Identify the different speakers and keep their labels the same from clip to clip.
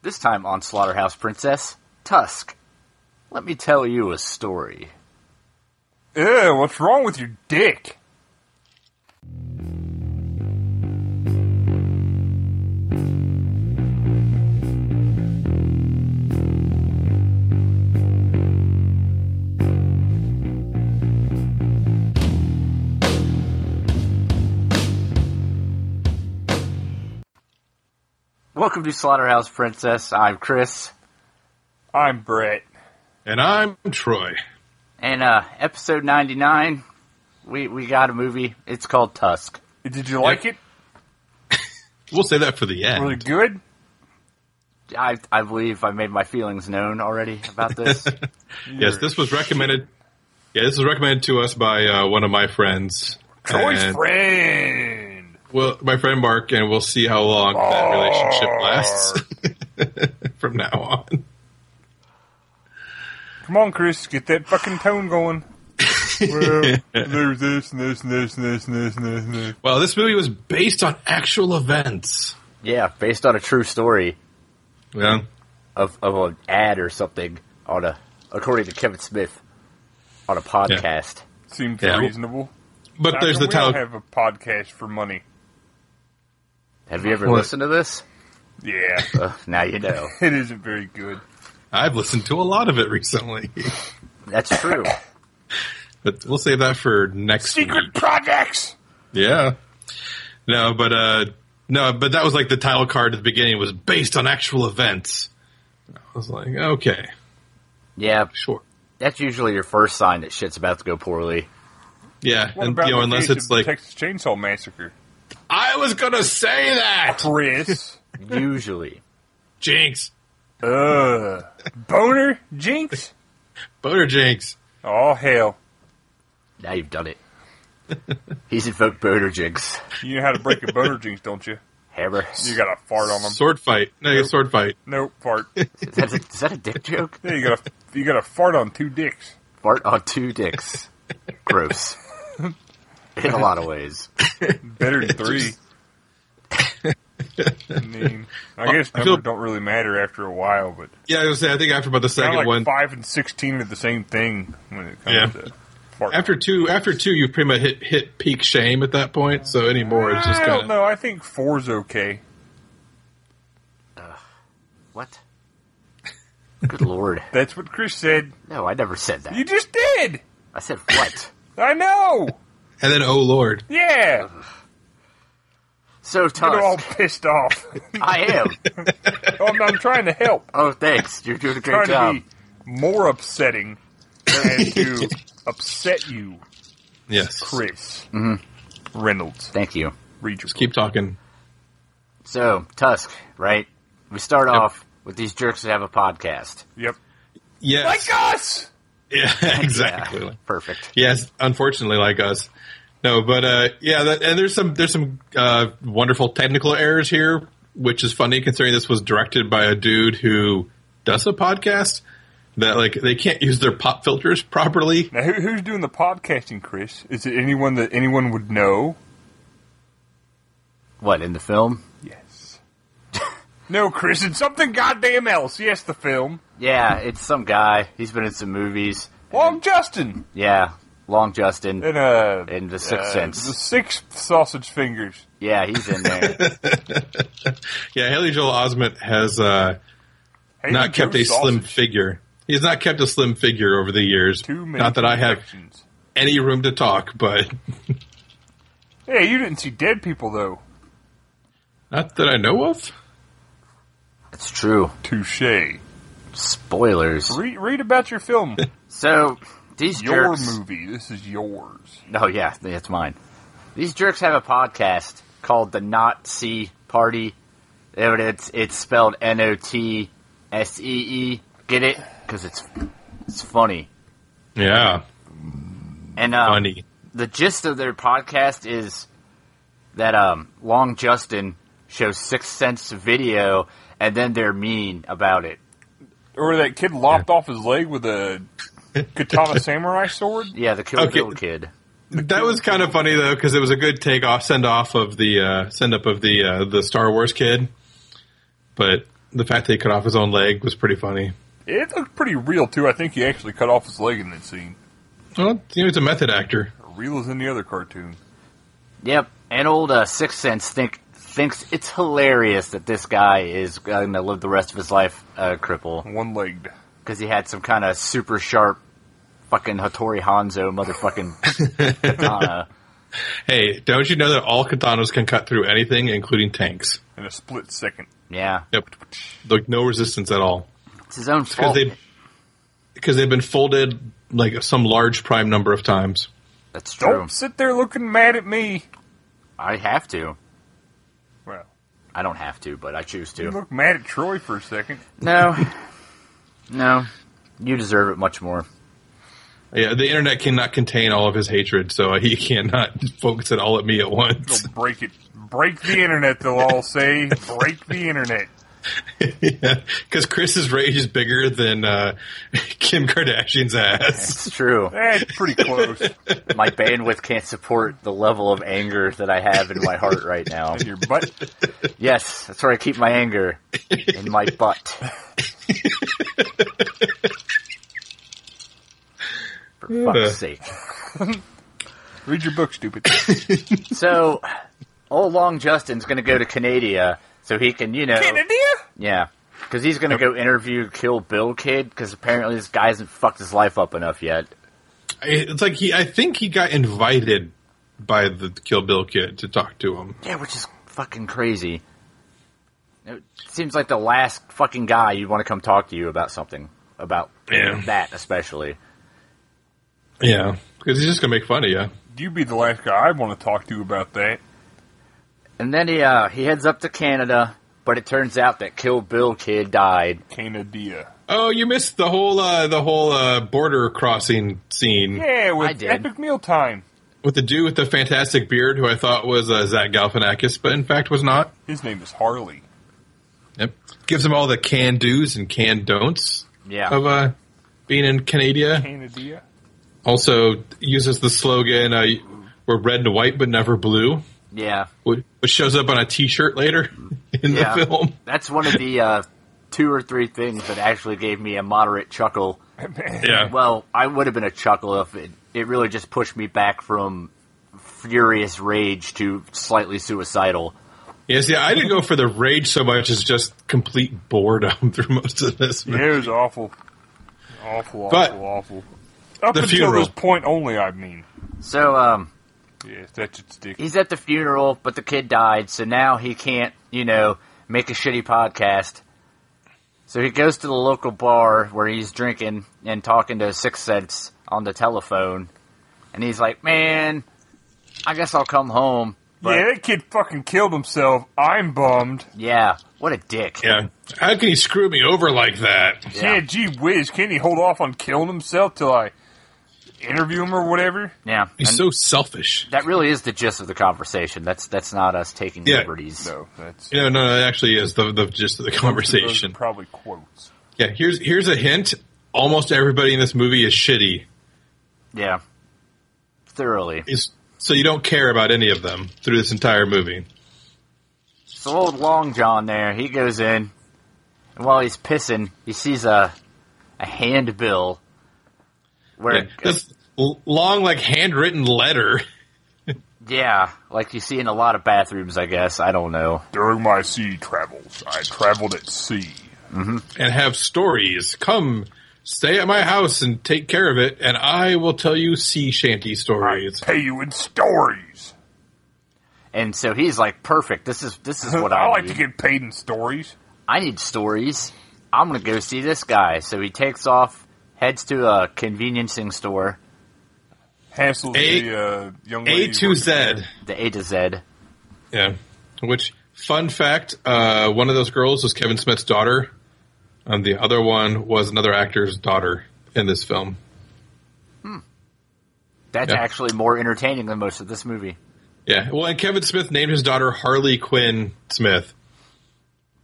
Speaker 1: This time on Slaughterhouse Princess, Tusk. Let me tell you a story.
Speaker 2: Ew, what's wrong with your dick?
Speaker 1: Welcome to Slaughterhouse Princess. I'm Chris.
Speaker 2: I'm Brett.
Speaker 3: And I'm Troy.
Speaker 1: And uh episode 99, we we got a movie. It's called Tusk.
Speaker 2: Did you like it?
Speaker 3: We'll say that for the end.
Speaker 2: Was it good?
Speaker 1: I I believe I made my feelings known already about this.
Speaker 3: yes, this was recommended. Yeah, this was recommended to us by uh, one of my friends.
Speaker 2: Troy's
Speaker 3: And-
Speaker 2: friend.
Speaker 3: Well, my friend Mark, and we'll see how long that relationship lasts from now on.
Speaker 2: Come on, Chris, get that fucking tone going. well, there's this and this and this and this and this and this. And this.
Speaker 3: Well, this movie was based on actual events.
Speaker 1: yeah, based on a true story
Speaker 3: Yeah.
Speaker 1: of of an ad or something on a according to Kevin Smith on a podcast.
Speaker 2: Seems
Speaker 3: Yeah.
Speaker 2: reasonable.
Speaker 3: But
Speaker 2: How
Speaker 3: there's
Speaker 2: come
Speaker 3: the
Speaker 2: we don't
Speaker 3: title.
Speaker 2: have a podcast for money.
Speaker 1: Have you ever
Speaker 3: What?
Speaker 1: listened to this?
Speaker 2: Yeah,
Speaker 1: Uh, now you know.
Speaker 2: it isn't very good.
Speaker 3: I've listened to a lot of it recently.
Speaker 1: That's true.
Speaker 3: but we'll save that for next week.
Speaker 2: Secret projects.
Speaker 3: Yeah. No, but uh no, but that was like the title card at the beginning was based on actual events. I was like, okay,
Speaker 1: Yeah,
Speaker 3: sure.
Speaker 1: that's usually your first sign that shit's about to go poorly.
Speaker 3: Yeah,
Speaker 2: What
Speaker 3: and
Speaker 2: about
Speaker 3: you know,
Speaker 2: the
Speaker 3: unless
Speaker 2: case
Speaker 3: it's
Speaker 2: of
Speaker 3: like
Speaker 2: Texas Chainsaw Massacre?
Speaker 3: I was gonna say that
Speaker 2: Chris,
Speaker 1: Usually.
Speaker 3: Jinx.
Speaker 2: uh, boner, jinx.
Speaker 3: Boner Jinx.
Speaker 2: Oh hell!
Speaker 1: Now you've done it. He's invoked boner jigs.
Speaker 2: You know how to break a boner jinx, don't you?
Speaker 1: Hammer.
Speaker 2: You got to fart on them.
Speaker 3: Sword fight. No, sword fight.
Speaker 2: Nope, fart.
Speaker 1: Is that, a, is that a dick joke?
Speaker 2: Yeah, you got to you got to fart on two dicks.
Speaker 1: Fart on two dicks. Gross. In a lot of ways.
Speaker 2: Better than three. I mean, I guess
Speaker 3: I
Speaker 2: numbers
Speaker 3: feel-
Speaker 2: don't really matter after a while, but
Speaker 3: Yeah, I was gonna say I think after about the
Speaker 2: kind
Speaker 3: second
Speaker 2: like
Speaker 3: one
Speaker 2: five and sixteen are the same thing when it comes
Speaker 3: Yeah.
Speaker 2: to fart.
Speaker 3: after two after two you've pretty much hit hit peak shame at that point, so anymore it's just
Speaker 2: I don't
Speaker 3: kinda
Speaker 2: know. I think four's okay.
Speaker 1: What? Good lord.
Speaker 2: That's what Chris said.
Speaker 1: No, I never said that.
Speaker 2: You just did.
Speaker 1: I said what?
Speaker 2: I know.
Speaker 3: and then oh lord.
Speaker 2: Yeah,
Speaker 1: So
Speaker 2: they're all
Speaker 1: Tusk,
Speaker 2: pissed off.
Speaker 1: I am.
Speaker 2: I'm, I'm trying to help.
Speaker 1: Oh, thanks. You're doing a
Speaker 2: trying
Speaker 1: great job.
Speaker 2: to be more upsetting and to upset you,
Speaker 3: Yes.
Speaker 2: Chris Mm-hmm. Reynolds.
Speaker 1: Thank you.
Speaker 2: Read your
Speaker 3: Keep talking.
Speaker 1: So Tusk, right? We start off with these jerks that have a podcast.
Speaker 2: Yep.
Speaker 3: Yes.
Speaker 2: Like us.
Speaker 3: Yeah, exactly.
Speaker 1: Yeah, perfect.
Speaker 3: Yes, unfortunately, like us. No, but uh, yeah, that, and there's some there's some uh, wonderful technical errors here, which is funny considering this was directed by a dude who does a podcast that like they can't use their pop filters properly.
Speaker 2: Now, who, who's doing the podcasting, Chris? Is it anyone that anyone would know?
Speaker 1: What in the film?
Speaker 2: Yes. no, Chris, it's something goddamn else. Yes, the film.
Speaker 1: Yeah, it's some guy. He's been in some movies.
Speaker 2: Long Justin
Speaker 1: Yeah, Long Justin
Speaker 2: and uh,
Speaker 1: in The Sixth
Speaker 2: uh,
Speaker 1: Sense.
Speaker 2: the six sausage fingers.
Speaker 1: Yeah, he's in there.
Speaker 3: Yeah, Haley Joel Osment has uh,
Speaker 2: Haley
Speaker 3: not kept
Speaker 2: Joe
Speaker 3: a slim
Speaker 2: sausage.
Speaker 3: figure. He has not kept a slim figure over the years.
Speaker 2: Too many
Speaker 3: Not that I have
Speaker 2: connections.
Speaker 3: any room to talk, but
Speaker 2: Yeah, you didn't see dead people though.
Speaker 3: not that I know of.
Speaker 1: It's true.
Speaker 2: Touche.
Speaker 1: Spoilers.
Speaker 2: Read, read about your film.
Speaker 1: So these
Speaker 2: your
Speaker 1: jerks.
Speaker 2: movie. This is yours.
Speaker 1: Oh yeah, that's mine. These jerks have a podcast called the Not See Party. And It's it's spelled N O T S E E. Get it? Because it's it's funny.
Speaker 3: Yeah,
Speaker 1: And uh,
Speaker 3: funny.
Speaker 1: the gist of their podcast is that um, Long Justin shows Sixth Sense video, and then they're mean about it.
Speaker 2: Or that kid lopped off his leg with a katana samurai sword.
Speaker 1: Yeah, the Kill
Speaker 3: Okay.
Speaker 1: Bill kid.
Speaker 3: That was kind of funny though, because it was a good take off, send off of the uh, send up of the uh, the Star Wars kid. But the fact that he cut off his own leg was pretty funny.
Speaker 2: It looked pretty real too. I think he actually cut off his leg in that scene.
Speaker 3: Well, you know, he's a method actor.
Speaker 2: Real as in the other cartoon.
Speaker 1: Yep, and old uh, Sixth Sense think, thinks it's hilarious that this guy is going to live the rest of his life a cripple
Speaker 2: One legged.
Speaker 1: because he had some kind of super sharp fucking Hattori Hanzo motherfucking katana.
Speaker 3: Hey, don't you know that all katanas can cut through anything, including tanks?
Speaker 2: In a split second.
Speaker 1: Yeah,
Speaker 3: Yep, like no resistance at all
Speaker 1: it's his own
Speaker 3: because
Speaker 1: fault.
Speaker 3: they because they've been folded like some large prime number of times.
Speaker 1: That's true.
Speaker 2: Don't sit there looking mad at me.
Speaker 1: I have to.
Speaker 2: Well,
Speaker 1: I don't have to, but I choose
Speaker 2: you
Speaker 1: to.
Speaker 2: look mad at Troy for a second.
Speaker 1: No, no, you deserve it much more.
Speaker 3: Yeah, the internet cannot contain all of his hatred, so he cannot focus it all at me at once.
Speaker 2: They'll break it. Break the internet, they'll all say. Break the internet.
Speaker 3: because Chris's rage is bigger than uh, Kim Kardashian's ass.
Speaker 1: It's true.
Speaker 2: That's pretty close.
Speaker 1: my bandwidth can't support the level of anger that I have in my heart right now.
Speaker 2: In your butt.
Speaker 1: Yes, that's where I keep my anger in my butt. For fuck's sake.
Speaker 2: Read your book, stupid.
Speaker 1: So, old Long Justin's going to go to Canada so he can, you know, yeah, because he's going to go interview Kill Bill Kid because apparently this guy hasn't fucked his life up enough yet.
Speaker 3: It's like he, I think he got invited by the Kill Bill kid to talk to him.
Speaker 1: Yeah, which is fucking crazy. It seems like the last fucking guy you'd want to come talk to you about something. About
Speaker 3: Yeah.
Speaker 1: that, especially.
Speaker 3: Yeah, because he's just gonna make fun of you.
Speaker 2: You be the last guy I want to talk to about that.
Speaker 1: And then he, uh, he heads up to Canada, but it turns out that Kill Bill Kid died.
Speaker 2: Canadia.
Speaker 3: Oh, you missed the whole uh, the whole uh, border crossing scene
Speaker 2: Yeah,
Speaker 1: I
Speaker 2: with
Speaker 1: did.
Speaker 2: epic mealtime.
Speaker 3: with the dude with the fantastic beard, who I thought was uh, Zach Galifianakis, but in fact was not.
Speaker 2: His name is Harley.
Speaker 3: Yep, gives him all the can do's and can don'ts
Speaker 1: Yeah.
Speaker 3: of uh, being in Canada.
Speaker 2: Canadia.
Speaker 3: Also uses the slogan uh, "We're red and white, but never blue,"
Speaker 1: Yeah.
Speaker 3: wh- which shows up on a T-shirt later in
Speaker 1: Yeah.
Speaker 3: the film.
Speaker 1: That's one of the uh, two or three things that actually gave me a moderate chuckle.
Speaker 3: Yeah,
Speaker 1: Well, I would have been a chuckle if it, it really just pushed me back from furious rage to slightly suicidal.
Speaker 3: yes, yeah. I didn't go for the rage so much as just complete boredom through most of this.
Speaker 2: Yeah, it was awful. Awful, awful,
Speaker 3: But-
Speaker 2: awful. Up
Speaker 3: The
Speaker 2: until
Speaker 3: funeral.
Speaker 2: this point only, I mean.
Speaker 1: So, um,
Speaker 2: Yes, that should stick.
Speaker 1: he's at the funeral, but the kid died, so now he can't, you know, make a shitty podcast. So he goes to the local bar where he's drinking and talking to Six Sense on the telephone, and he's like, "Man, I guess I'll come home." But
Speaker 2: yeah,
Speaker 1: yeah,
Speaker 2: that kid fucking killed himself. I'm bummed.
Speaker 1: what a dick.
Speaker 3: Yeah. How can he screw me over like that?
Speaker 2: Yeah, gee whiz, can he hold off on killing himself till I interview him or whatever?
Speaker 1: yeah.
Speaker 3: He's
Speaker 1: And
Speaker 3: so selfish.
Speaker 1: that really is the gist of the conversation. That's that's not us taking
Speaker 3: Yeah.
Speaker 1: liberties.
Speaker 2: No, that's
Speaker 3: You know, no, it actually is the, the gist of the
Speaker 2: Those
Speaker 3: conversation.
Speaker 2: are Probably quotes.
Speaker 3: Yeah, here's here's a hint. Almost everybody in this movie is shitty.
Speaker 1: Yeah, thoroughly.
Speaker 3: Is so you don't care about any of them through this entire movie.
Speaker 1: So old Long John there, he goes in, and while he's pissing, he sees a a handbill where
Speaker 3: Yeah, this l- long, like handwritten letter.
Speaker 1: yeah, like you see in a lot of bathrooms, I guess. I don't know.
Speaker 2: During my sea travels, I traveled at sea.
Speaker 3: and have stories. Come stay at my house and take care of it, and I will tell you sea shanty
Speaker 2: I
Speaker 3: stories.
Speaker 2: pay you in stories.
Speaker 1: And so he's like, "Perfect. This is this is what I,
Speaker 2: I like
Speaker 1: need.
Speaker 2: to get paid in stories.
Speaker 1: I need stories. I'm gonna go see this guy." So he takes off, heads to a conveniencing store,
Speaker 2: Hassles
Speaker 3: A-
Speaker 2: the uh, young
Speaker 3: A
Speaker 2: lady
Speaker 3: to
Speaker 2: working there.
Speaker 3: Z.
Speaker 1: the A to Z.
Speaker 3: Yeah. Which fun fact? Uh, one of those girls was Kevin Smith's daughter, and the other one was another actor's daughter in this film.
Speaker 1: That's
Speaker 3: Yeah.
Speaker 1: actually more entertaining than most of this movie.
Speaker 3: Yeah. Well, and Kevin Smith named his daughter Harley Quinn Smith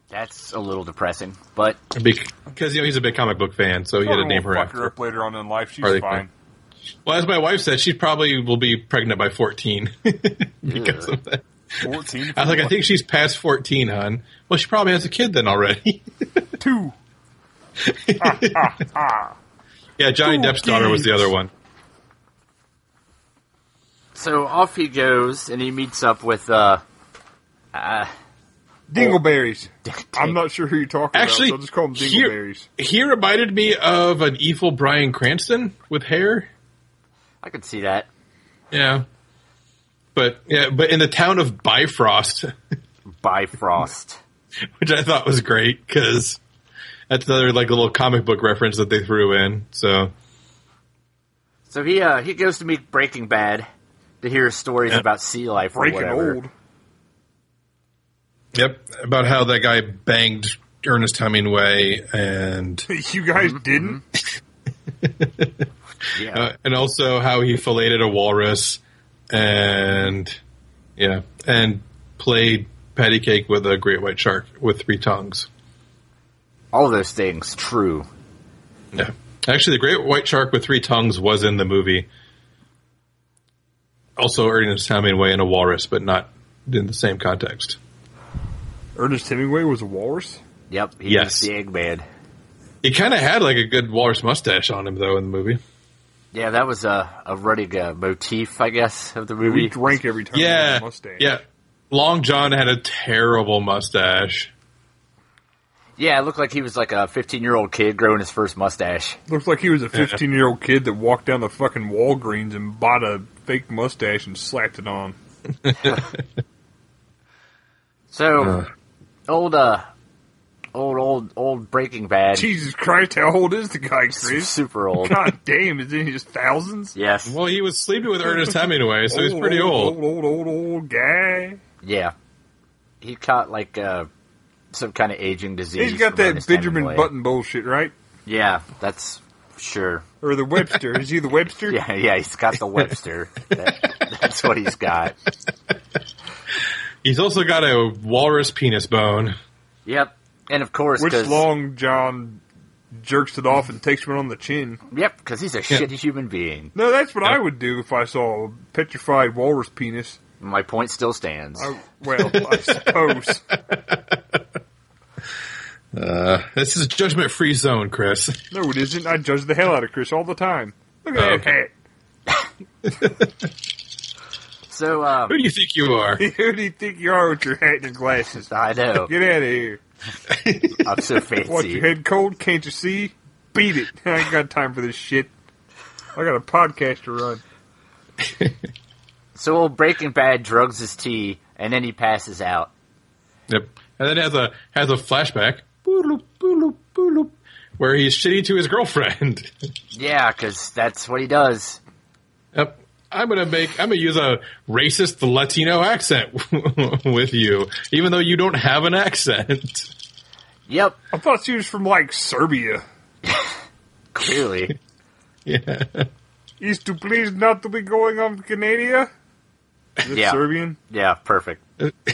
Speaker 1: That's a little depressing, but
Speaker 3: because you know he's a big comic book fan, so he had to
Speaker 2: We'll
Speaker 3: name her
Speaker 2: fuck her
Speaker 3: after.
Speaker 2: up later on in life. She's
Speaker 3: Harley
Speaker 2: fine.
Speaker 3: Well, as my wife said, she probably will be pregnant by fourteen because of that.
Speaker 2: Fourteen.
Speaker 3: I was like, I think she's past 14, hon. Well, she probably has a kid then already.
Speaker 2: two.
Speaker 3: yeah, Johnny Depp's daughter was the other one.
Speaker 1: So off he goes, and he meets up with uh,
Speaker 2: Dingleberries. I'm not sure who you're talking
Speaker 3: Actually,
Speaker 2: about. So I'll just call them
Speaker 3: he-
Speaker 2: dingleberries.
Speaker 3: He reminded me of an evil Brian Cranston with hair.
Speaker 1: I could see that.
Speaker 3: Yeah. But yeah, but in the town of Bifrost,
Speaker 1: Bifrost.
Speaker 3: which I thought was great because that's another like little comic book reference that they threw in. So
Speaker 1: so he uh, he goes to meet Breaking Bad to hear stories
Speaker 3: Yeah.
Speaker 1: about sea life or
Speaker 2: Breaking
Speaker 1: whatever.
Speaker 2: old.
Speaker 3: yep, about how that guy banged Ernest Hemingway and
Speaker 2: You guys
Speaker 3: Mm-hmm.
Speaker 2: didn't.
Speaker 1: Yeah.
Speaker 3: uh, and also how he filleted a walrus and yeah and played patty cake with a great white shark with three tongues.
Speaker 1: All those things true.
Speaker 3: Yeah, actually, the great white shark with three tongues was in the movie. Also, Ernest Hemingway and a walrus, but not in the same context.
Speaker 2: Ernest Hemingway was a walrus.
Speaker 1: Yep. He was
Speaker 3: Yes.
Speaker 1: the Eggman.
Speaker 3: He kind of had like a good walrus mustache on him though in the movie.
Speaker 1: Yeah, that was a a running uh, motif, I guess, of the
Speaker 2: We
Speaker 1: movie.
Speaker 2: drank every time. he
Speaker 3: Mm-hmm. Yeah,
Speaker 2: had a mustache.
Speaker 3: yeah. Long John had a terrible mustache.
Speaker 1: Yeah, it looked like he was like a 15 year old kid growing his first mustache.
Speaker 2: Looks like he was a 15 year old kid that walked down the fucking Walgreens and bought a fake mustache and slapped it on.
Speaker 1: So
Speaker 3: Uh.
Speaker 1: old uh old old old Breaking Bad.
Speaker 2: Jesus Christ, how old is the guy, Chris?
Speaker 1: Super old.
Speaker 2: God damn, is it in his thousands?
Speaker 1: yes.
Speaker 3: Well, he was sleeping with Ernest Hemingway, so he's pretty old.
Speaker 2: Old, old, old, old guy.
Speaker 1: Yeah. He caught like uh some kind of aging disease.
Speaker 2: He's got
Speaker 1: from
Speaker 2: that
Speaker 1: Ernest
Speaker 2: Benjamin
Speaker 1: Hemingway.
Speaker 2: Button bullshit, right?
Speaker 1: Yeah, that's sure.
Speaker 2: Or the Webster. is he the Webster?
Speaker 1: Yeah, yeah, he's got the Webster. That- that's what he's got.
Speaker 3: He's also got a walrus penis bone.
Speaker 1: Yep. And of course,
Speaker 2: Which
Speaker 1: 'cause-
Speaker 2: Long John jerks it off and takes one on the chin.
Speaker 1: yep, because he's a shitty human being.
Speaker 2: No, that's what
Speaker 3: Yeah.
Speaker 2: I would do if I saw a petrified walrus penis.
Speaker 1: My point still stands.
Speaker 2: I, well, I suppose.
Speaker 3: This is judgment free zone, Chris.
Speaker 2: No, it isn't. I judge the hell out of Chris all the time. Look at
Speaker 3: Oh,
Speaker 2: that
Speaker 3: okay.
Speaker 2: hat.
Speaker 1: So, um,
Speaker 3: Who do you think you are?
Speaker 2: Who do you think you are with your hat and your glasses?
Speaker 1: I know
Speaker 2: Get out of here.
Speaker 1: I'm so
Speaker 2: What,
Speaker 1: fancy.
Speaker 2: your head cold? Can't you see? Beat it. I ain't got time for this shit. I got a podcast to run.
Speaker 1: So old Breaking Bad drugs his tea, and then he passes out.
Speaker 3: Yep. And then has a has a flashback, booloop, booloop, booloop, where he's shitty to his girlfriend.
Speaker 1: Yeah, because that's what he does.
Speaker 3: yep. I'm gonna make. I'm gonna use a racist Latino accent with you, even though you don't have an accent.
Speaker 1: Yep,
Speaker 2: I thought she was from, like, Serbia.
Speaker 1: clearly.
Speaker 3: Yeah.
Speaker 2: Is to please not to be going on Canada? Is it
Speaker 1: Yeah.
Speaker 2: Serbian?
Speaker 1: yeah, perfect.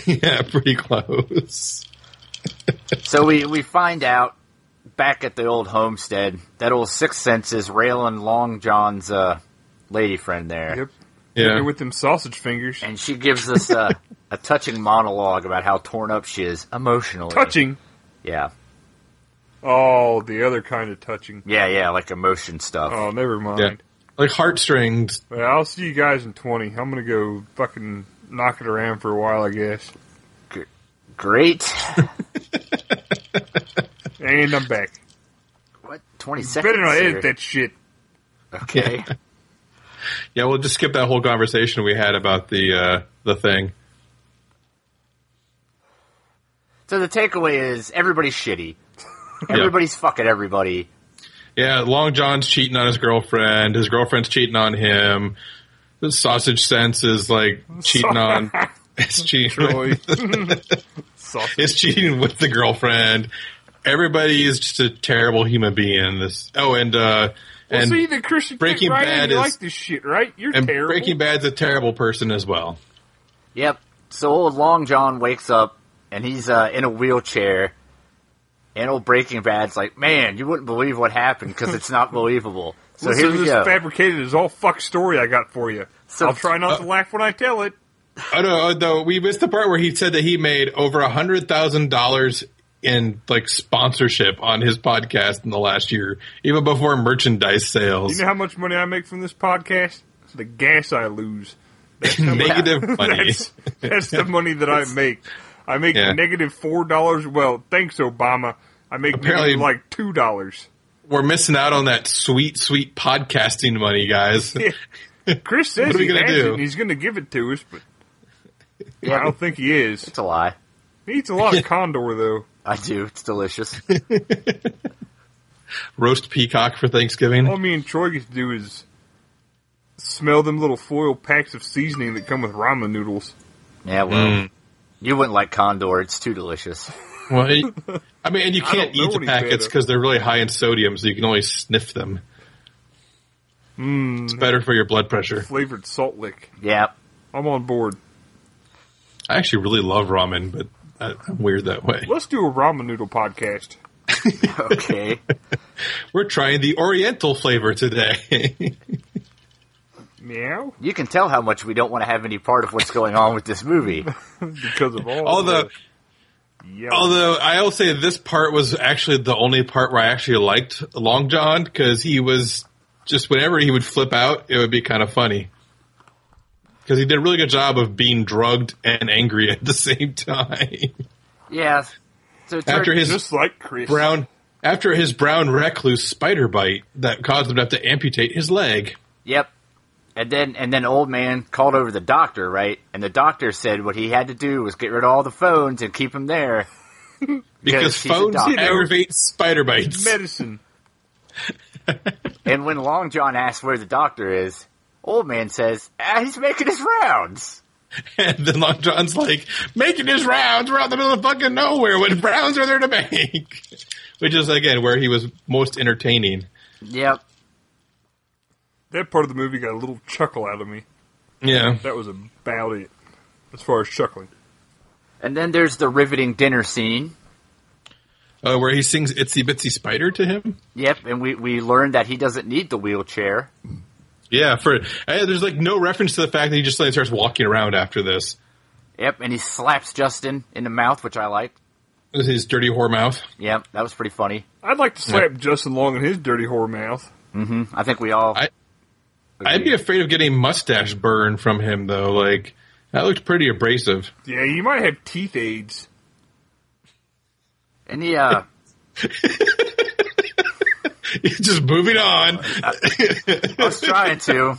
Speaker 3: yeah, pretty close.
Speaker 1: So we, we find out back at the old homestead that old Sixth Sense is railing Long John's uh, lady friend there.
Speaker 2: Yep.
Speaker 3: Yeah.
Speaker 2: With them sausage fingers.
Speaker 1: And she gives us a, a touching monologue about how torn up she is emotionally.
Speaker 2: Touching.
Speaker 1: Yeah,
Speaker 2: Oh, the other kind of touching.
Speaker 1: yeah, yeah, like emotion stuff.
Speaker 2: Oh, never mind.
Speaker 3: Yeah. Like heartstrings.
Speaker 2: Well, I'll see you guys in 20. I'm going to go fucking knock it around for a while, I guess.
Speaker 1: Great.
Speaker 2: And I'm back.
Speaker 1: What? 20 seconds?
Speaker 2: Better not edit
Speaker 1: here?
Speaker 2: that shit.
Speaker 1: Okay.
Speaker 3: Yeah, we'll just skip that whole conversation we had about the uh, the thing.
Speaker 1: So the takeaway is everybody's shitty. Everybody's fucking everybody.
Speaker 3: Yeah, Long John's cheating on his girlfriend. His girlfriend's cheating on him. The sausage sense is like cheating on. It's cheating.
Speaker 2: Really. Sausage.
Speaker 3: It's cheating with the girlfriend. Everybody is just a terrible human being. This. Oh, and uh,
Speaker 2: Well,
Speaker 3: and
Speaker 2: see, the Christian
Speaker 3: Breaking
Speaker 2: Breaking right
Speaker 3: Bad
Speaker 2: in. You
Speaker 3: is-
Speaker 2: like this shit, right? You're
Speaker 3: and
Speaker 2: terrible.
Speaker 3: Breaking Bad's a terrible person as well.
Speaker 1: Yep. So old Long John wakes up and he's uh, in a wheelchair. And old Breaking Bad's like, man, you wouldn't believe what happened because it's not believable. So
Speaker 2: Listen
Speaker 1: here
Speaker 2: to
Speaker 1: we
Speaker 2: this
Speaker 1: go.
Speaker 2: fabricated is all fuck story I got for you.
Speaker 1: So- uh,
Speaker 2: I'll try not to laugh when I tell it.
Speaker 3: Oh no, oh, no, we missed the part where he said that he made over a hundred thousand dollars in like sponsorship on his podcast in the last year, even before merchandise
Speaker 2: You
Speaker 3: sales.
Speaker 2: know how much money I make from this podcast? It's the gas I lose.
Speaker 3: Negative money.
Speaker 2: That's, that's the money that I make. I make
Speaker 3: Yeah.
Speaker 2: negative four dollars. Well, thanks, Obama. I make
Speaker 3: Apparently-
Speaker 2: negative, like two dollars.
Speaker 3: We're missing out on that sweet, sweet podcasting money, guys.
Speaker 2: Chris says
Speaker 3: What are we
Speaker 2: he
Speaker 3: gonna
Speaker 2: has
Speaker 3: do?
Speaker 2: it and he's going to give it to us, but I don't think he is.
Speaker 1: It's a lie.
Speaker 2: He eats a lot of condor though.
Speaker 1: I do. It's delicious.
Speaker 3: Roast peacock for Thanksgiving.
Speaker 2: All me and Troy get to do is smell them little foil packs of seasoning that come with ramen noodles.
Speaker 1: Yeah, well,
Speaker 3: Mm.
Speaker 1: you wouldn't like Condor. It's too delicious.
Speaker 3: Well, it- I mean, and you
Speaker 2: I
Speaker 3: can't
Speaker 2: don't know
Speaker 3: eat the
Speaker 2: any
Speaker 3: packets
Speaker 2: better.
Speaker 3: because they're really high in sodium, so you can only sniff them.
Speaker 2: Hmm.
Speaker 3: It's better for your blood pressure.
Speaker 2: Flavored salt lick.
Speaker 1: Yeah.
Speaker 2: I'm on board.
Speaker 3: I actually really love ramen, but I- I'm weird that way.
Speaker 2: Let's do a ramen noodle podcast.
Speaker 1: Okay.
Speaker 3: We're trying the Oriental flavor today.
Speaker 2: Meow.
Speaker 1: you can tell how much we don't want to have any part of what's going on with this movie.
Speaker 2: Because of all
Speaker 3: although,
Speaker 2: the yeah.
Speaker 3: although I will say this part was actually the only part where I actually liked Long John because he was just whenever he would flip out, it would be kind of funny. Because he did a really good job of being drugged and angry at the same time.
Speaker 1: Yeah. So Turk-
Speaker 3: After his
Speaker 2: just like Chris.
Speaker 3: brown after his brown recluse spider bite that caused him to have to amputate his leg.
Speaker 1: Yep. And then and then old man called over the doctor, right? And the doctor said what he had to do was get rid of all the phones and keep them there.
Speaker 3: Because
Speaker 1: Because he's a
Speaker 3: phones
Speaker 1: doctor.
Speaker 3: aggravate spider bites.
Speaker 2: Medicine.
Speaker 1: And when Long John asks where the doctor is, old man says, ah, he's making his rounds.
Speaker 3: And then Long John's like, making his rounds, we're out in the middle of fucking nowhere when rounds are there to make. Which is again where he was most entertaining.
Speaker 1: Yep.
Speaker 2: That part of the movie got a little chuckle out of me.
Speaker 3: Yeah.
Speaker 2: That was about it. As far as chuckling.
Speaker 1: And then there's the riveting dinner scene.
Speaker 3: Uh, where he sings Itsy Bitsy Spider to him.
Speaker 1: Yep, and we, we learned that he doesn't need the wheelchair.
Speaker 3: Yeah, for uh, there's like no reference to the fact that he just like starts walking around after this.
Speaker 1: Yep, and he slaps Justin in the mouth, which I liked.
Speaker 3: This is his dirty whore mouth.
Speaker 1: Yep, that was pretty funny.
Speaker 2: I'd like to slap Justin Long in his dirty whore mouth.
Speaker 1: I think we all.
Speaker 3: I- I'd be afraid of getting mustache burn from him though. Like that looked pretty abrasive.
Speaker 2: Yeah, you might have teeth aids.
Speaker 1: and he, uh,
Speaker 3: Just moving on.
Speaker 1: I was trying to.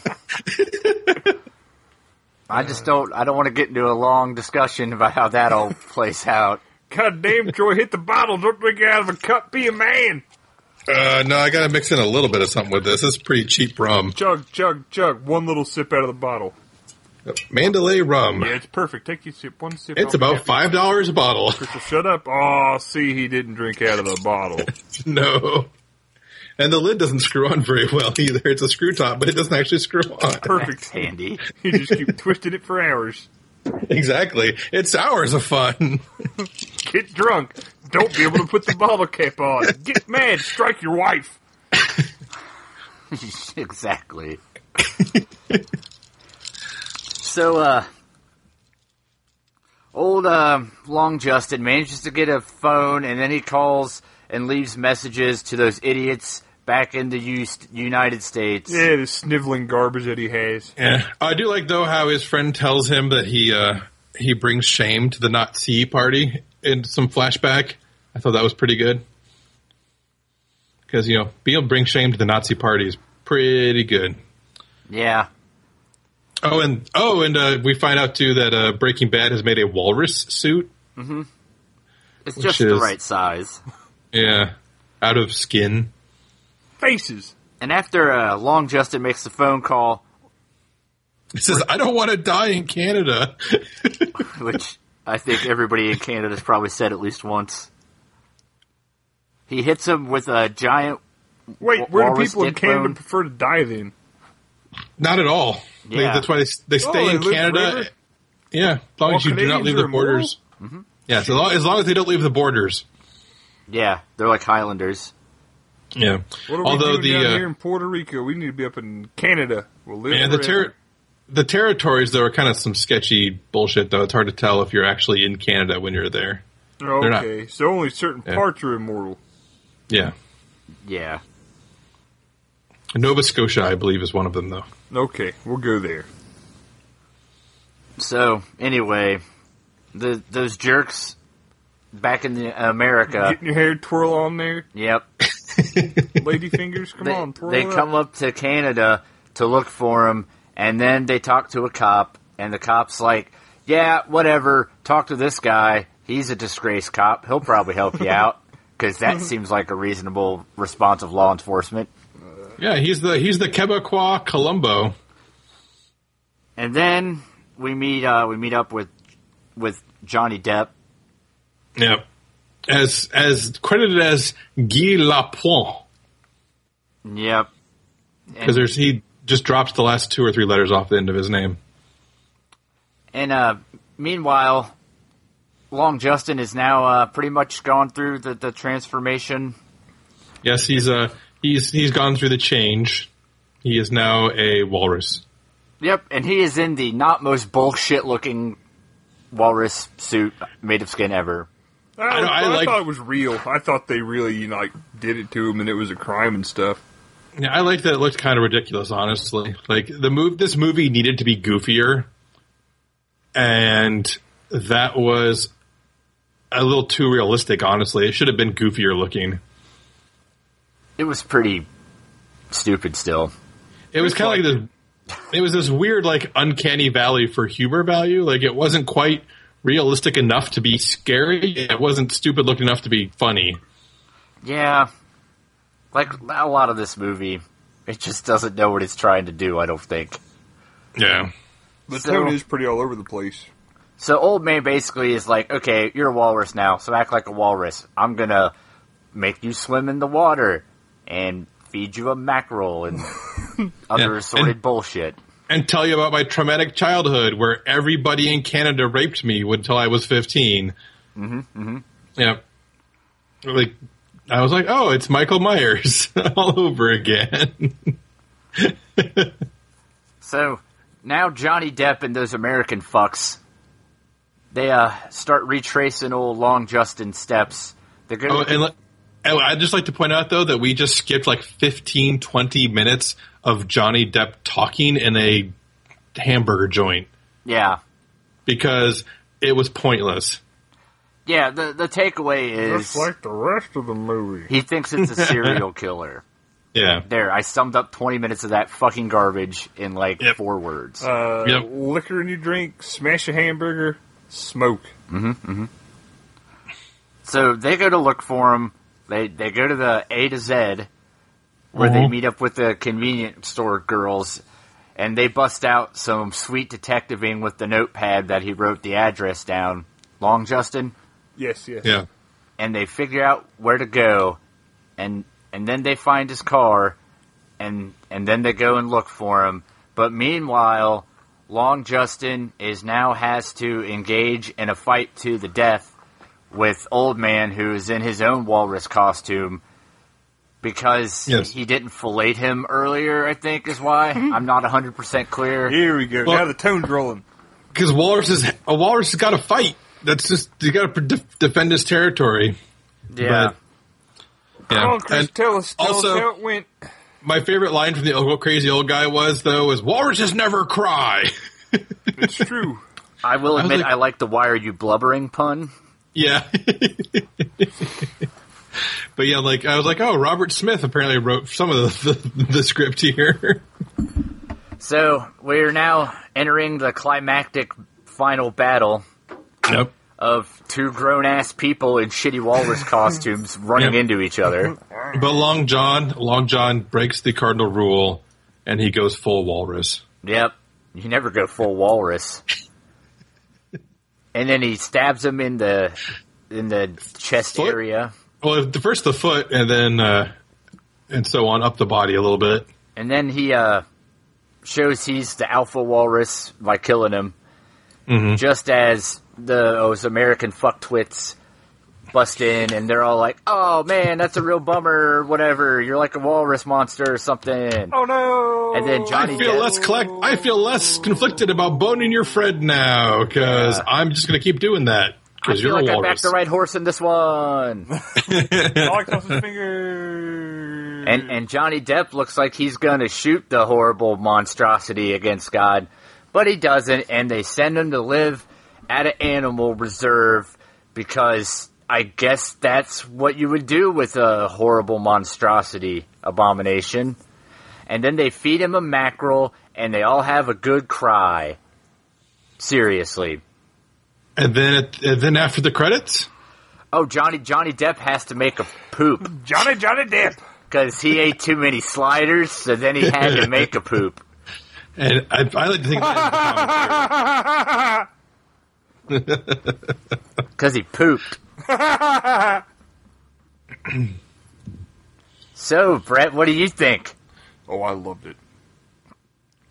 Speaker 1: I just don't. I don't want to get into a long discussion about how that all plays out.
Speaker 2: God damn, Troy, hit the bottle. Don't drink it out of a cup. Be a man.
Speaker 3: Uh, no, I gotta mix in a little bit of something with this. It's pretty cheap rum,
Speaker 2: Chug, chug, chug. One little sip out of the bottle.
Speaker 3: Mandalay rum.
Speaker 2: Yeah, it's perfect. Take your sip. One sip.
Speaker 3: It's
Speaker 2: off.
Speaker 3: about five dollars a bottle.
Speaker 2: Crystal, shut up. Oh, see, he didn't drink out of the bottle.
Speaker 3: no, and the lid doesn't screw on very well either. It's a screw top, but it doesn't actually screw on.
Speaker 1: That's
Speaker 2: Perfect.
Speaker 1: handy.
Speaker 2: You just keep twisting it for hours.
Speaker 3: Exactly. It's hours of fun.
Speaker 2: Get drunk. Don't be able to put the bottle cap on. Get mad. Strike your wife.
Speaker 1: exactly. so, uh, old um Long Justin manages to get a phone, and then he calls and leaves messages to those idiots back in the U- United States.
Speaker 2: Yeah, this sniveling garbage that he has.
Speaker 3: Yeah. I do like though how his friend tells him that he uh, he brings shame to the Nazi party in some flashback. I thought that was pretty good because you know being able to bring shame to the Nazi party is pretty good.
Speaker 1: yeah.
Speaker 3: Oh, and oh, and uh, we find out too that uh, Breaking Bad has made a walrus suit.
Speaker 1: It's
Speaker 3: Which
Speaker 1: just the
Speaker 3: is-
Speaker 1: right size.
Speaker 3: Yeah, out of skin.
Speaker 2: Faces.
Speaker 1: And after uh, Long Justin makes the phone call,
Speaker 3: It says, "I don't want to die in Canada."
Speaker 1: which I think everybody in Canada's probably said at least once, he hits him with a giant.
Speaker 2: Wait,
Speaker 1: Wa-
Speaker 2: where do
Speaker 1: walrus
Speaker 2: people in
Speaker 1: dick
Speaker 2: Canada
Speaker 1: bone.
Speaker 2: prefer to die then?
Speaker 3: Not at all. They-
Speaker 1: Yeah.
Speaker 3: that's why they, they stay
Speaker 2: Oh, they
Speaker 3: in
Speaker 2: live
Speaker 3: Canada.
Speaker 2: forever?
Speaker 3: Yeah, as long
Speaker 2: All
Speaker 3: as you do not
Speaker 2: Canadians
Speaker 3: leave
Speaker 2: are Mm-hmm.
Speaker 3: the borders. Yeah, so long, as long as they don't leave the borders.
Speaker 1: Yeah, they're like Highlanders.
Speaker 3: Yeah.
Speaker 2: What are
Speaker 3: Although
Speaker 2: we doing
Speaker 3: the
Speaker 2: down
Speaker 3: uh,
Speaker 2: here in Puerto Rico? We need to be up in Canada. We'll live
Speaker 3: yeah, the
Speaker 2: forever.
Speaker 3: ter- The territories though are kind of some sketchy bullshit though. It's hard to tell if you're actually in Canada when you're there. not-
Speaker 2: Okay, so only certain
Speaker 3: Yeah.
Speaker 2: parts are immortal.
Speaker 3: Yeah.
Speaker 1: Yeah.
Speaker 3: Nova Scotia, I believe, is one of them though.
Speaker 2: Okay, we'll go there.
Speaker 1: So anyway, the those jerks back in the America.
Speaker 2: Getting your hair twirl on there,
Speaker 1: Yep.
Speaker 2: lady fingers. Come
Speaker 1: They,
Speaker 2: on, twirl
Speaker 1: they
Speaker 2: it up.
Speaker 1: come up to Canada to look for him, and then they talk to a cop, and the cop's like, "Yeah, whatever. Talk to this guy. He's a disgraced cop. He'll probably help you out." Because that seems like a reasonable response of law enforcement.
Speaker 3: Yeah, he's the he's the Quebecois Columbo.
Speaker 1: And then we meet uh, we meet up with with Johnny Depp.
Speaker 3: Yeah. As as credited as Guy Lapointe
Speaker 1: Yep. And-
Speaker 3: because there's he just drops the last two or three letters off the end of his name.
Speaker 1: And uh, meanwhile, Long Justin is now uh, pretty much gone through the, the transformation.
Speaker 3: Yes, he's uh he's he's gone through the change. He is now a walrus.
Speaker 1: Yep, and he is in the not most bullshit looking walrus suit made of skin ever.
Speaker 2: I,
Speaker 3: I know, I
Speaker 2: I
Speaker 3: like-
Speaker 2: thought it was real. I thought they really like did it to him, and it was a crime and stuff.
Speaker 3: Yeah, I liked that it looked kind of ridiculous, honestly. Like the move this movie needed to be goofier. And that was a little too realistic, honestly. It should have been goofier looking.
Speaker 1: It was pretty stupid still.
Speaker 3: It was
Speaker 2: It's
Speaker 3: kind of
Speaker 2: like-
Speaker 3: like this it was this weird like uncanny valley for humor value. Like it wasn't quite realistic enough to be scary. It wasn't stupid looking enough to be funny.
Speaker 1: Yeah. Like a lot of this movie, it just doesn't know what it's trying to do, I don't think.
Speaker 3: Yeah.
Speaker 2: The
Speaker 1: So-
Speaker 2: tone is pretty all over the place.
Speaker 1: So old man basically is like, okay, you're a walrus now, so act like a walrus. I'm gonna make you swim in the water and feed you a mackerel and other
Speaker 3: Yeah,
Speaker 1: assorted
Speaker 3: and-
Speaker 1: bullshit.
Speaker 3: and tell you about my traumatic childhood where everybody in Canada raped me until I was 15. Mm-hmm, Yeah. Like, I was like, oh, it's Michael Myers all over again.
Speaker 1: So now Johnny Depp and those American fucks, they uh start retracing old Long Justin steps. They're gonna
Speaker 3: oh, and le- oh, I'd just like to point out, though, that we just skipped like 15, 20 minutes of Johnny Depp talking in a hamburger joint
Speaker 1: yeah.
Speaker 3: because it was pointless.
Speaker 1: Yeah, the the takeaway is
Speaker 2: Just like the rest of the movie.
Speaker 1: he thinks it's a serial killer.
Speaker 3: Yeah.
Speaker 1: There, I summed up twenty minutes of that fucking garbage in like
Speaker 3: Yep.
Speaker 1: four words.
Speaker 2: Uh,
Speaker 3: Yep.
Speaker 2: Liquor in your drink, smash a hamburger, smoke.
Speaker 1: So they go to look for him. They they go to the A to Z where they
Speaker 3: Mhm.
Speaker 1: meet up with the convenience store girls and they bust out some sweet detectiving with the notepad that he wrote the address down. Long Justin
Speaker 2: Yes, yes.
Speaker 3: Yeah.
Speaker 1: and they figure out where to go and and then they find his car and and then they go and look for him. But meanwhile, Long Justin is now has to engage in a fight to the death with Old Man who is in his own walrus costume because
Speaker 3: Yes.
Speaker 1: he didn't fillate him earlier, I think is why. I'm not 100% clear.
Speaker 2: Here we go.
Speaker 3: Well-
Speaker 2: now the tone's rolling.
Speaker 3: Because walrus is a walrus has got to fight. That's just you got to def defend his territory.
Speaker 1: yeah.
Speaker 2: Come on, Chris,
Speaker 3: And
Speaker 2: tell us, tell
Speaker 3: also-
Speaker 2: us how it went.
Speaker 3: my favorite line from the old, crazy old guy was though was walruses never cry.
Speaker 2: It's true.
Speaker 1: I will
Speaker 3: I was
Speaker 1: admit
Speaker 3: like-
Speaker 1: I like the why are you blubbering pun.
Speaker 3: yeah. but yeah, like I was like, oh, Robert Smith apparently wrote some of the the, the script here.
Speaker 1: So we're now entering the climactic final battle
Speaker 3: Yep.
Speaker 1: of two grown ass people in shitty walrus costumes running
Speaker 3: Yep.
Speaker 1: into each other.
Speaker 3: But Long John, Long John breaks the cardinal rule, and he goes full walrus.
Speaker 1: Yep. You never go full walrus. And then he stabs him in the in the chest
Speaker 3: Foot?
Speaker 1: area.
Speaker 3: Well, the- first the foot, and then uh, and so on up the body a little bit.
Speaker 1: And then he uh, shows he's the alpha walrus by
Speaker 3: Mm-hmm.
Speaker 1: killing him. Just as the those American fucktwits bust in and they're all like, "Oh man, that's a real bummer. Or whatever, you're like a walrus monster or something."
Speaker 2: Oh no!
Speaker 1: And then Johnny-
Speaker 3: I feel less collect. I feel less conflicted about boning your friend now because
Speaker 1: Yeah.
Speaker 3: I'm just going to keep doing that
Speaker 1: I
Speaker 3: because
Speaker 1: feel
Speaker 3: you're
Speaker 1: like
Speaker 3: a
Speaker 1: I backed
Speaker 3: walrus.
Speaker 1: the right horse in this one.
Speaker 2: Alex lost his finger.
Speaker 1: And and Johnny Depp looks like he's going to shoot the horrible monstrosity against God, but he doesn't, and they send him to live at an animal reserve because I guess that's what you would do with a horrible monstrosity abomination. And then they feed him a mackerel, and they all have a good cry. Seriously.
Speaker 3: and then, and then after the credits,
Speaker 1: Oh, Johnny Johnny Depp has to make a poop
Speaker 2: Johnny Johnny Depp.
Speaker 1: because he ate too many sliders, so then he had to make a poop.
Speaker 3: and I, I like to think that
Speaker 1: Because he pooped. so, Brett, what do you think?
Speaker 2: oh, I loved it.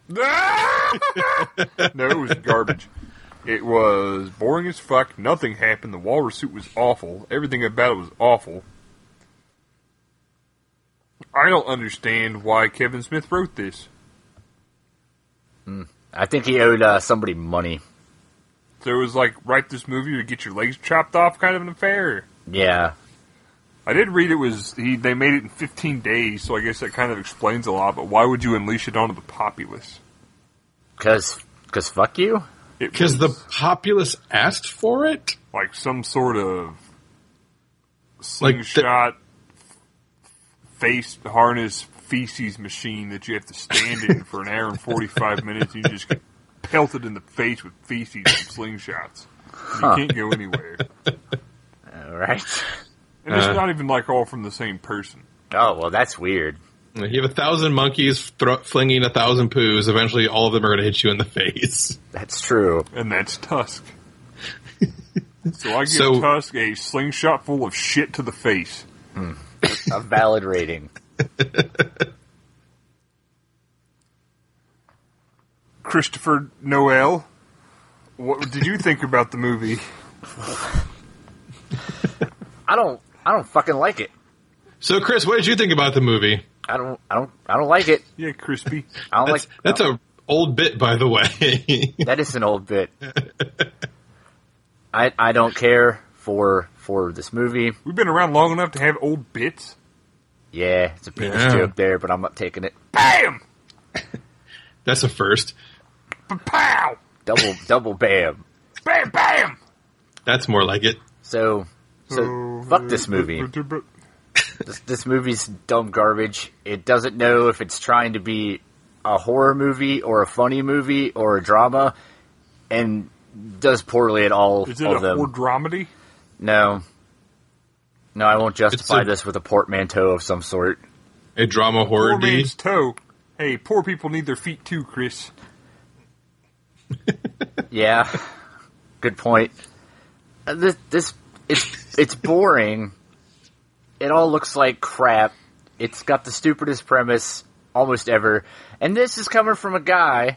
Speaker 2: no, it was garbage. It was boring as fuck. Nothing happened. The walrus suit was awful. Everything about it was awful. I don't understand why Kevin Smith wrote this.
Speaker 1: I think he owed uh, somebody money.
Speaker 2: So it was like write this movie or get your legs chopped off, kind of an affair.
Speaker 1: Yeah.
Speaker 2: I did read it was he. They made it in 15 days, so I guess that kind of explains a lot. But why would you unleash it onto the populace?
Speaker 1: Because cause fuck you?
Speaker 2: It
Speaker 3: because the
Speaker 2: was
Speaker 3: populace asked for it.
Speaker 2: like some sort of slingshot face harness feces machine that you have to stand in for an hour and 45 minutes. And you just get pelted in the face with feces and slingshots. You can't go anywhere,
Speaker 1: All right.
Speaker 2: and it's
Speaker 3: Uh.
Speaker 2: not even like all from the same person.
Speaker 1: Oh, well, that's weird.
Speaker 3: You have a thousand monkeys thro- flinging a thousand poos. Eventually, all of them are going to hit you in the face.
Speaker 1: That's true.
Speaker 2: and that's Tusk. so I give
Speaker 3: So-
Speaker 2: Tusk a slingshot full of shit to the face.
Speaker 1: A valid rating.
Speaker 2: Christopher Noel, what did you think about the movie?
Speaker 1: I don't. I don't fucking like it.
Speaker 3: So, Chris, what did you think about the movie?
Speaker 1: I don't. I don't. I don't like it.
Speaker 2: Yeah, crispy.
Speaker 1: I don't
Speaker 3: That's
Speaker 1: like.
Speaker 3: that's a old bit, by the way.
Speaker 1: That is an old bit. I I don't care for for this movie.
Speaker 2: We've been around long enough to have old bits.
Speaker 1: Yeah, it's a penis
Speaker 3: Yeah.
Speaker 1: joke there, but I'm not taking it.
Speaker 2: Bam!
Speaker 3: that's a first.
Speaker 2: Pow!
Speaker 1: Double double bam.
Speaker 2: Bam! Bam!
Speaker 3: That's more like it.
Speaker 1: So
Speaker 2: Oh,
Speaker 1: so fuck this movie. This, this movie's dumb garbage. It doesn't know if it's trying to be a horror movie or a funny movie or a drama, and does poorly at all
Speaker 2: Is it
Speaker 1: of
Speaker 2: a
Speaker 1: them.
Speaker 2: horror dramedy?
Speaker 1: no, no, I won't justify
Speaker 3: a-
Speaker 1: this with a portmanteau of some sort.
Speaker 3: A drama horror
Speaker 2: Poor
Speaker 3: D.
Speaker 2: man's toe. Hey, poor people need their feet too, Chris.
Speaker 1: Yeah, good point. Uh, This this it's it's boring. It all looks like crap. It's got the stupidest premise almost ever, and this is coming from a guy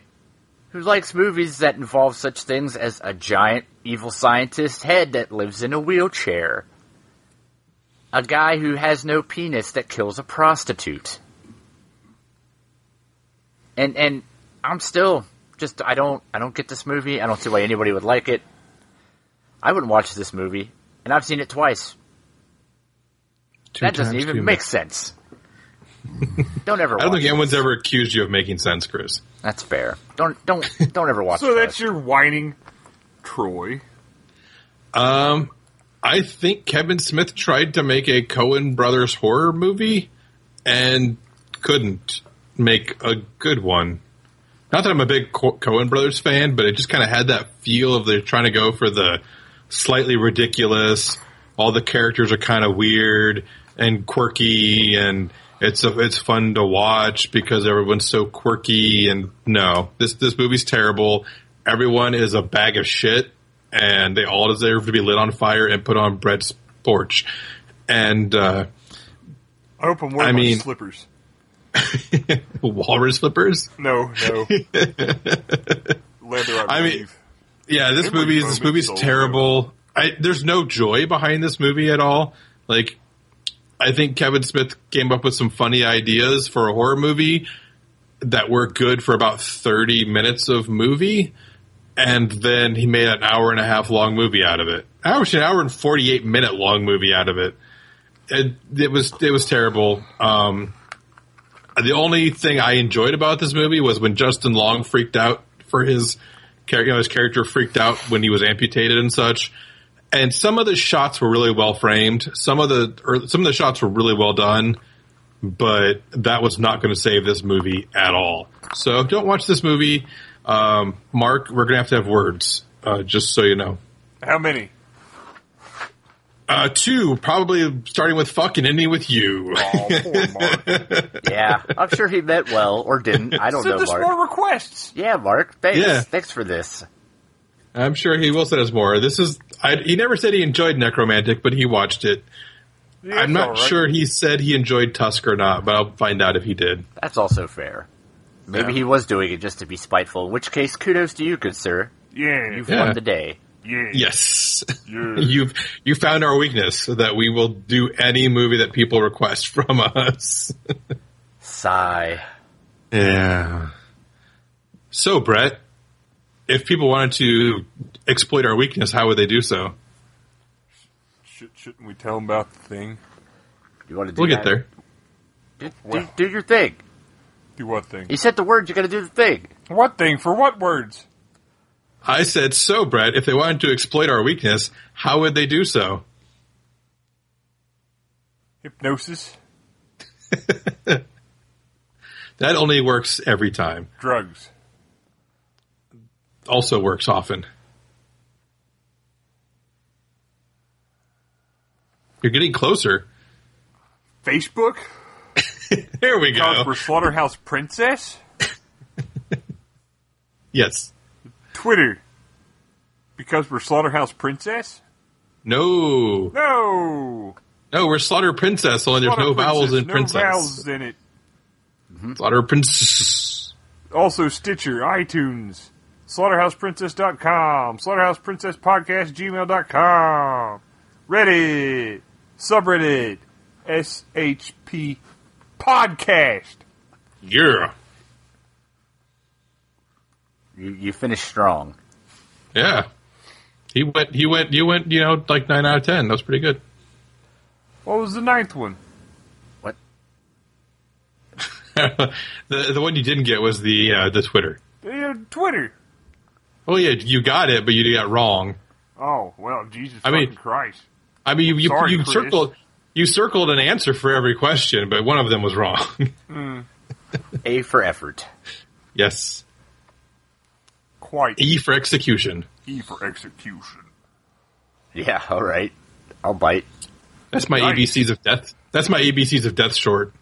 Speaker 1: who likes movies that involve such things as a giant evil scientist head that lives in a wheelchair, a guy who has no penis that kills a prostitute, and and I'm still just I don't I don't get this movie. I don't see why anybody would like it. I wouldn't watch this movie, and I've seen it twice.
Speaker 3: Two
Speaker 1: That doesn't
Speaker 3: times
Speaker 1: even
Speaker 3: two.
Speaker 1: make sense. don't ever.
Speaker 3: I don't
Speaker 1: watch
Speaker 3: think
Speaker 1: it.
Speaker 3: anyone's ever accused you of making sense, Chris.
Speaker 1: That's fair. Don't don't don't ever watch.
Speaker 2: So
Speaker 1: this.
Speaker 2: that's your whining, Troy.
Speaker 3: Um, I think Kevin Smith tried to make a Cohen Brothers horror movie and couldn't make a good one. Not that I'm a big Cohen Brothers fan, but it just kind of had that feel of they're trying to go for the slightly ridiculous. All the characters are kind of weird and quirky, and it's a, it's fun to watch because everyone's so quirky. And no, this this movie's terrible. Everyone is a bag of shit, and they all deserve to be lit on fire and put on Brett's porch. And uh,
Speaker 2: I hope I'm wearing
Speaker 3: I mean-
Speaker 2: my slippers.
Speaker 3: walrus slippers.
Speaker 2: No, no. Leather, I
Speaker 3: I mean,
Speaker 2: believe.
Speaker 3: Yeah, this
Speaker 2: Every
Speaker 3: movie is this
Speaker 2: moment's
Speaker 3: movie's
Speaker 2: so
Speaker 3: terrible. I, there's no joy behind this movie at all. Like, I think Kevin Smith came up with some funny ideas for a horror movie that were good for about 30 minutes of movie, and then he made an hour and a half long movie out of it. Actually, an hour and 48 minute long movie out of it. It, it was it was terrible. Um, the only thing I enjoyed about this movie was when Justin Long freaked out for his char- you know, his character freaked out when he was amputated and such. And some of the shots were really well framed. Some of the or some of the shots were really well done, but that was not going to save this movie at all. So don't watch this movie, um, Mark. We're going to have to have words, uh, just so you know.
Speaker 2: How many?
Speaker 3: Uh, two, probably starting with fuck and ending with you.
Speaker 2: Oh, poor Mark.
Speaker 1: Yeah, I'm sure he meant well or didn't. I don't
Speaker 2: Send
Speaker 1: know,
Speaker 2: us
Speaker 1: Mark.
Speaker 2: more requests.
Speaker 1: Yeah, Mark. Thanks.
Speaker 3: Yeah.
Speaker 1: Thanks for this.
Speaker 3: I'm sure he will send us more. This is I, he never said he enjoyed Necromantic, but he watched it.
Speaker 2: Yeah,
Speaker 3: I'm
Speaker 2: it's
Speaker 3: not
Speaker 2: all right.
Speaker 3: sure he said he enjoyed Tusk or not, but I'll find out if he did.
Speaker 1: That's also fair. Maybe
Speaker 2: Yeah.
Speaker 1: he was doing it just to be spiteful. In which case, kudos to you, good sir.
Speaker 2: Yeah,
Speaker 1: You've
Speaker 3: Yeah.
Speaker 1: won the day.
Speaker 2: yeah,
Speaker 3: Yes,
Speaker 2: yeah.
Speaker 3: you've you found our weakness that we will do any movie that people request from us.
Speaker 1: Sigh.
Speaker 3: Yeah. So Brett, if people wanted to exploit our weakness, how would they do so?
Speaker 2: Should, shouldn't we tell him about the thing?
Speaker 1: You want to do
Speaker 3: We'll get
Speaker 1: that?
Speaker 3: there.
Speaker 1: Do, do,
Speaker 2: Well.
Speaker 1: do your thing.
Speaker 2: Do what thing?
Speaker 1: You said the word. You got to do the thing.
Speaker 2: What thing? For what words?
Speaker 3: I said, so Brett, if they wanted to exploit our weakness, how would they do so?
Speaker 2: Hypnosis,
Speaker 3: That only works every time.
Speaker 2: drugs,
Speaker 3: Also works often. You're getting closer.
Speaker 2: Facebook,
Speaker 3: There we
Speaker 2: Cause
Speaker 3: go.
Speaker 2: for Slaughterhouse Princess,
Speaker 3: Yes.
Speaker 2: Twitter, because we're Slaughterhouse Princess.
Speaker 3: No.
Speaker 2: No,
Speaker 3: No, we're Slaughter Princess, only there's
Speaker 2: Slaughter
Speaker 3: no vowels
Speaker 2: Princess,
Speaker 3: in
Speaker 2: no
Speaker 3: Princess.
Speaker 2: vowels in it.
Speaker 3: Slaughter Princess.
Speaker 2: Also, Stitcher, iTunes, SlaughterhousePrincess.com, SlaughterhousePrincessPodcastGmail.com, Reddit, subreddit, SHP Podcast.
Speaker 3: Yeah.
Speaker 1: You, you finished strong.
Speaker 3: Yeah. He went, he went, you went, you know, like 9 out of 10. That was pretty good.
Speaker 2: What was the ninth one?
Speaker 1: What?
Speaker 3: the the one you didn't get was the uh, the Twitter.
Speaker 2: Uh, Twitter.
Speaker 3: Oh, yeah, you got it, but you got it wrong.
Speaker 2: Oh well, Jesus
Speaker 3: I
Speaker 2: fucking
Speaker 3: mean-
Speaker 2: Christ!
Speaker 3: I mean, you you,
Speaker 2: Sorry,
Speaker 3: you
Speaker 2: Chris.
Speaker 3: circled you circled an answer for every question, but one of them was wrong.
Speaker 1: A for effort.
Speaker 3: yes,
Speaker 2: Quite
Speaker 3: E for execution.
Speaker 2: E for execution.
Speaker 1: Yeah. All right. I'll bite.
Speaker 3: That's my
Speaker 2: Nice.
Speaker 3: ABCs of death. That's my ABCs of death short.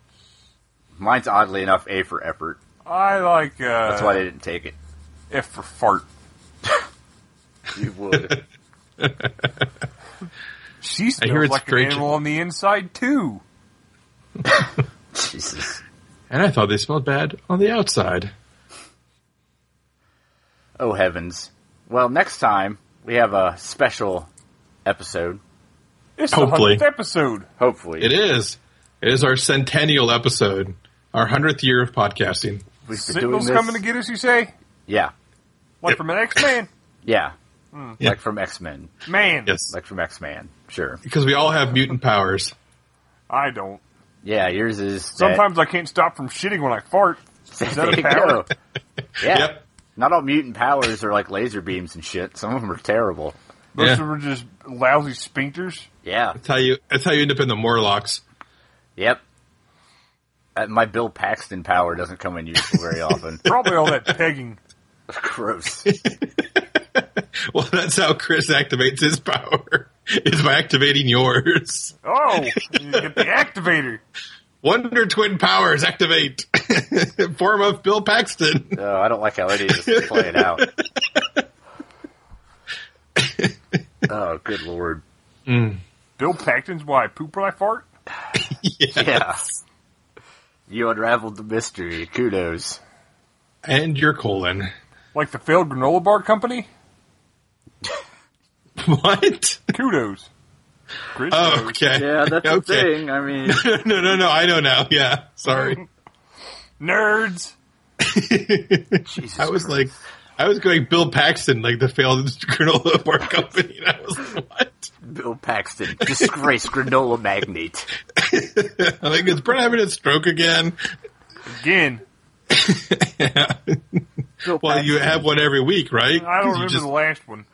Speaker 1: Mine's oddly enough A for effort.
Speaker 2: I like uh,
Speaker 1: That's why they didn't take it.
Speaker 2: F for fart.
Speaker 1: You would.
Speaker 2: She
Speaker 3: I
Speaker 2: smells
Speaker 3: hear it's
Speaker 2: like an
Speaker 3: great-
Speaker 2: animal on the inside too.
Speaker 1: Jesus.
Speaker 3: And I thought they smelled bad on the outside.
Speaker 1: Oh heavens. Well, next time we have a special episode.
Speaker 2: It's
Speaker 3: Hopefully.
Speaker 2: the hundredth episode.
Speaker 1: Hopefully,
Speaker 3: It is. It is our centennial episode, our hundredth year of podcasting.
Speaker 1: we've been doing
Speaker 2: Sentinel's
Speaker 1: this.
Speaker 2: coming to get us. You say?
Speaker 1: yeah,
Speaker 2: Like
Speaker 3: Yep.
Speaker 2: from an X Man?
Speaker 1: yeah.
Speaker 2: Hmm.
Speaker 3: Yeah.
Speaker 1: Like from X Men.
Speaker 2: Man,
Speaker 3: Yes,
Speaker 1: Like from X Man. Sure.
Speaker 3: because we all have mutant powers.
Speaker 2: I don't.
Speaker 1: Yeah, yours is. that-
Speaker 2: Sometimes I can't stop from shitting when I fart. is that a
Speaker 1: There you
Speaker 2: power?
Speaker 1: go. Yeah.
Speaker 3: Yep.
Speaker 1: Not all mutant powers are like laser beams and shit. Some of them are terrible.
Speaker 2: Most
Speaker 3: Yeah.
Speaker 2: of them are just lousy sphincters.
Speaker 1: Yeah.
Speaker 3: That's how you. That's how you end up in the Morlocks.
Speaker 1: Yep. Uh, my Bill Paxton power doesn't come in useful very often.
Speaker 2: Probably all that pegging.
Speaker 1: Gross.
Speaker 3: Well, that's how Chris activates his power. Is by activating yours.
Speaker 2: Oh, you get the activator.
Speaker 3: Wonder Twin powers activate. Form of Bill Paxton.
Speaker 1: Oh, I don't like how any of this is playing out. oh, good lord.
Speaker 2: Bill Paxton's why I poop when I fart.
Speaker 1: Yeah. You unraveled the mystery. Kudos.
Speaker 3: And your colon.
Speaker 2: Like the failed granola bar company?
Speaker 3: What?
Speaker 2: Kudos. Chris
Speaker 3: Oh,
Speaker 2: knows.
Speaker 3: okay.
Speaker 1: Yeah, that's the
Speaker 3: okay.
Speaker 1: thing. I mean,
Speaker 3: no, no, no. I know now. Yeah. Sorry.
Speaker 2: Nerds.
Speaker 1: Jesus.
Speaker 3: I was like, I was going Bill Paxton, like the failed granola bar company. And I was like, what?
Speaker 1: Bill Paxton, disgraced granola magnate.
Speaker 3: I'm like, is Brett having a stroke again?
Speaker 2: Again,
Speaker 1: Bill
Speaker 3: Well,
Speaker 1: Paxton.
Speaker 3: you have one every week, right?
Speaker 2: I don't
Speaker 3: You
Speaker 2: remember
Speaker 3: just-
Speaker 2: the last one.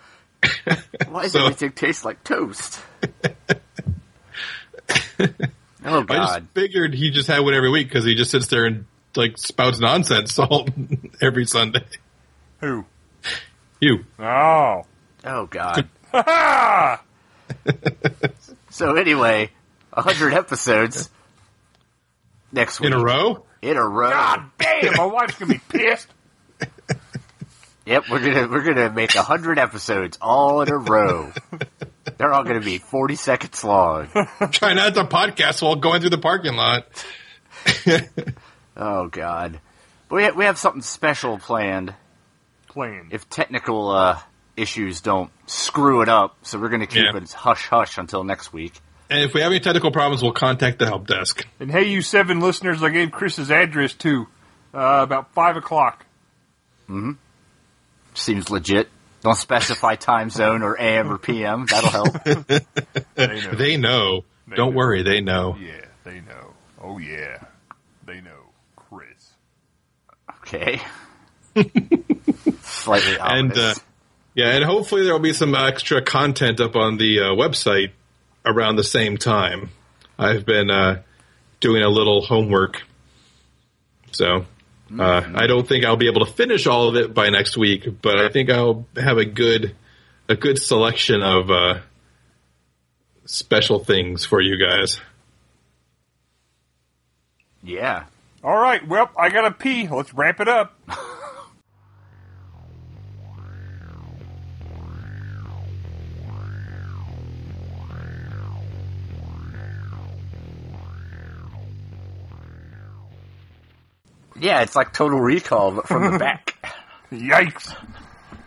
Speaker 1: Why does
Speaker 3: so-
Speaker 1: everything taste like toast? oh
Speaker 3: I
Speaker 1: God!
Speaker 3: just figured he just had one every week because he just sits there and like spouts nonsense all every Sunday.
Speaker 2: Who?
Speaker 3: You.
Speaker 2: Oh.
Speaker 1: Oh God!
Speaker 2: Ah!
Speaker 1: So anyway, hundred episodes next week
Speaker 3: In a row?
Speaker 1: In a row.
Speaker 2: God damn, my wife's gonna be pissed.
Speaker 1: Yep, we're gonna we're gonna make hundred episodes all in a row. They're all gonna be forty seconds long.
Speaker 3: Try not to podcast while going through the parking lot.
Speaker 1: Oh God! We ha- we have something special planned
Speaker 2: Playing.
Speaker 1: if technical uh, issues don't screw it up. So we're gonna keep
Speaker 3: Yeah.
Speaker 1: it hush hush until next week.
Speaker 3: And if we have any technical problems, we'll contact the help desk.
Speaker 2: And hey, you seven listeners, I gave Chris's address to uh, about five o'clock.
Speaker 1: Seems legit. Don't specify time zone or AM or PM. That'll help.
Speaker 2: They know.
Speaker 3: They know.
Speaker 2: They
Speaker 3: Don't
Speaker 2: know.
Speaker 3: worry, they know.
Speaker 2: yeah, they know. Oh yeah, they know. Chris.
Speaker 1: Okay. Slightly
Speaker 3: And,
Speaker 1: ominous.
Speaker 3: uh, Yeah, and hopefully there will be some extra content up on the uh, website around the same time. I've been uh, doing a little homework, so uh, I don't think I'll be able to finish all of it by next week. But I think I'll have a good a good selection of uh, special things for you guys.
Speaker 1: yeah.
Speaker 2: All right. Well, I gotta pee. Let's wrap it up.
Speaker 1: Yeah, it's like total recall, but from the back.
Speaker 2: Yikes.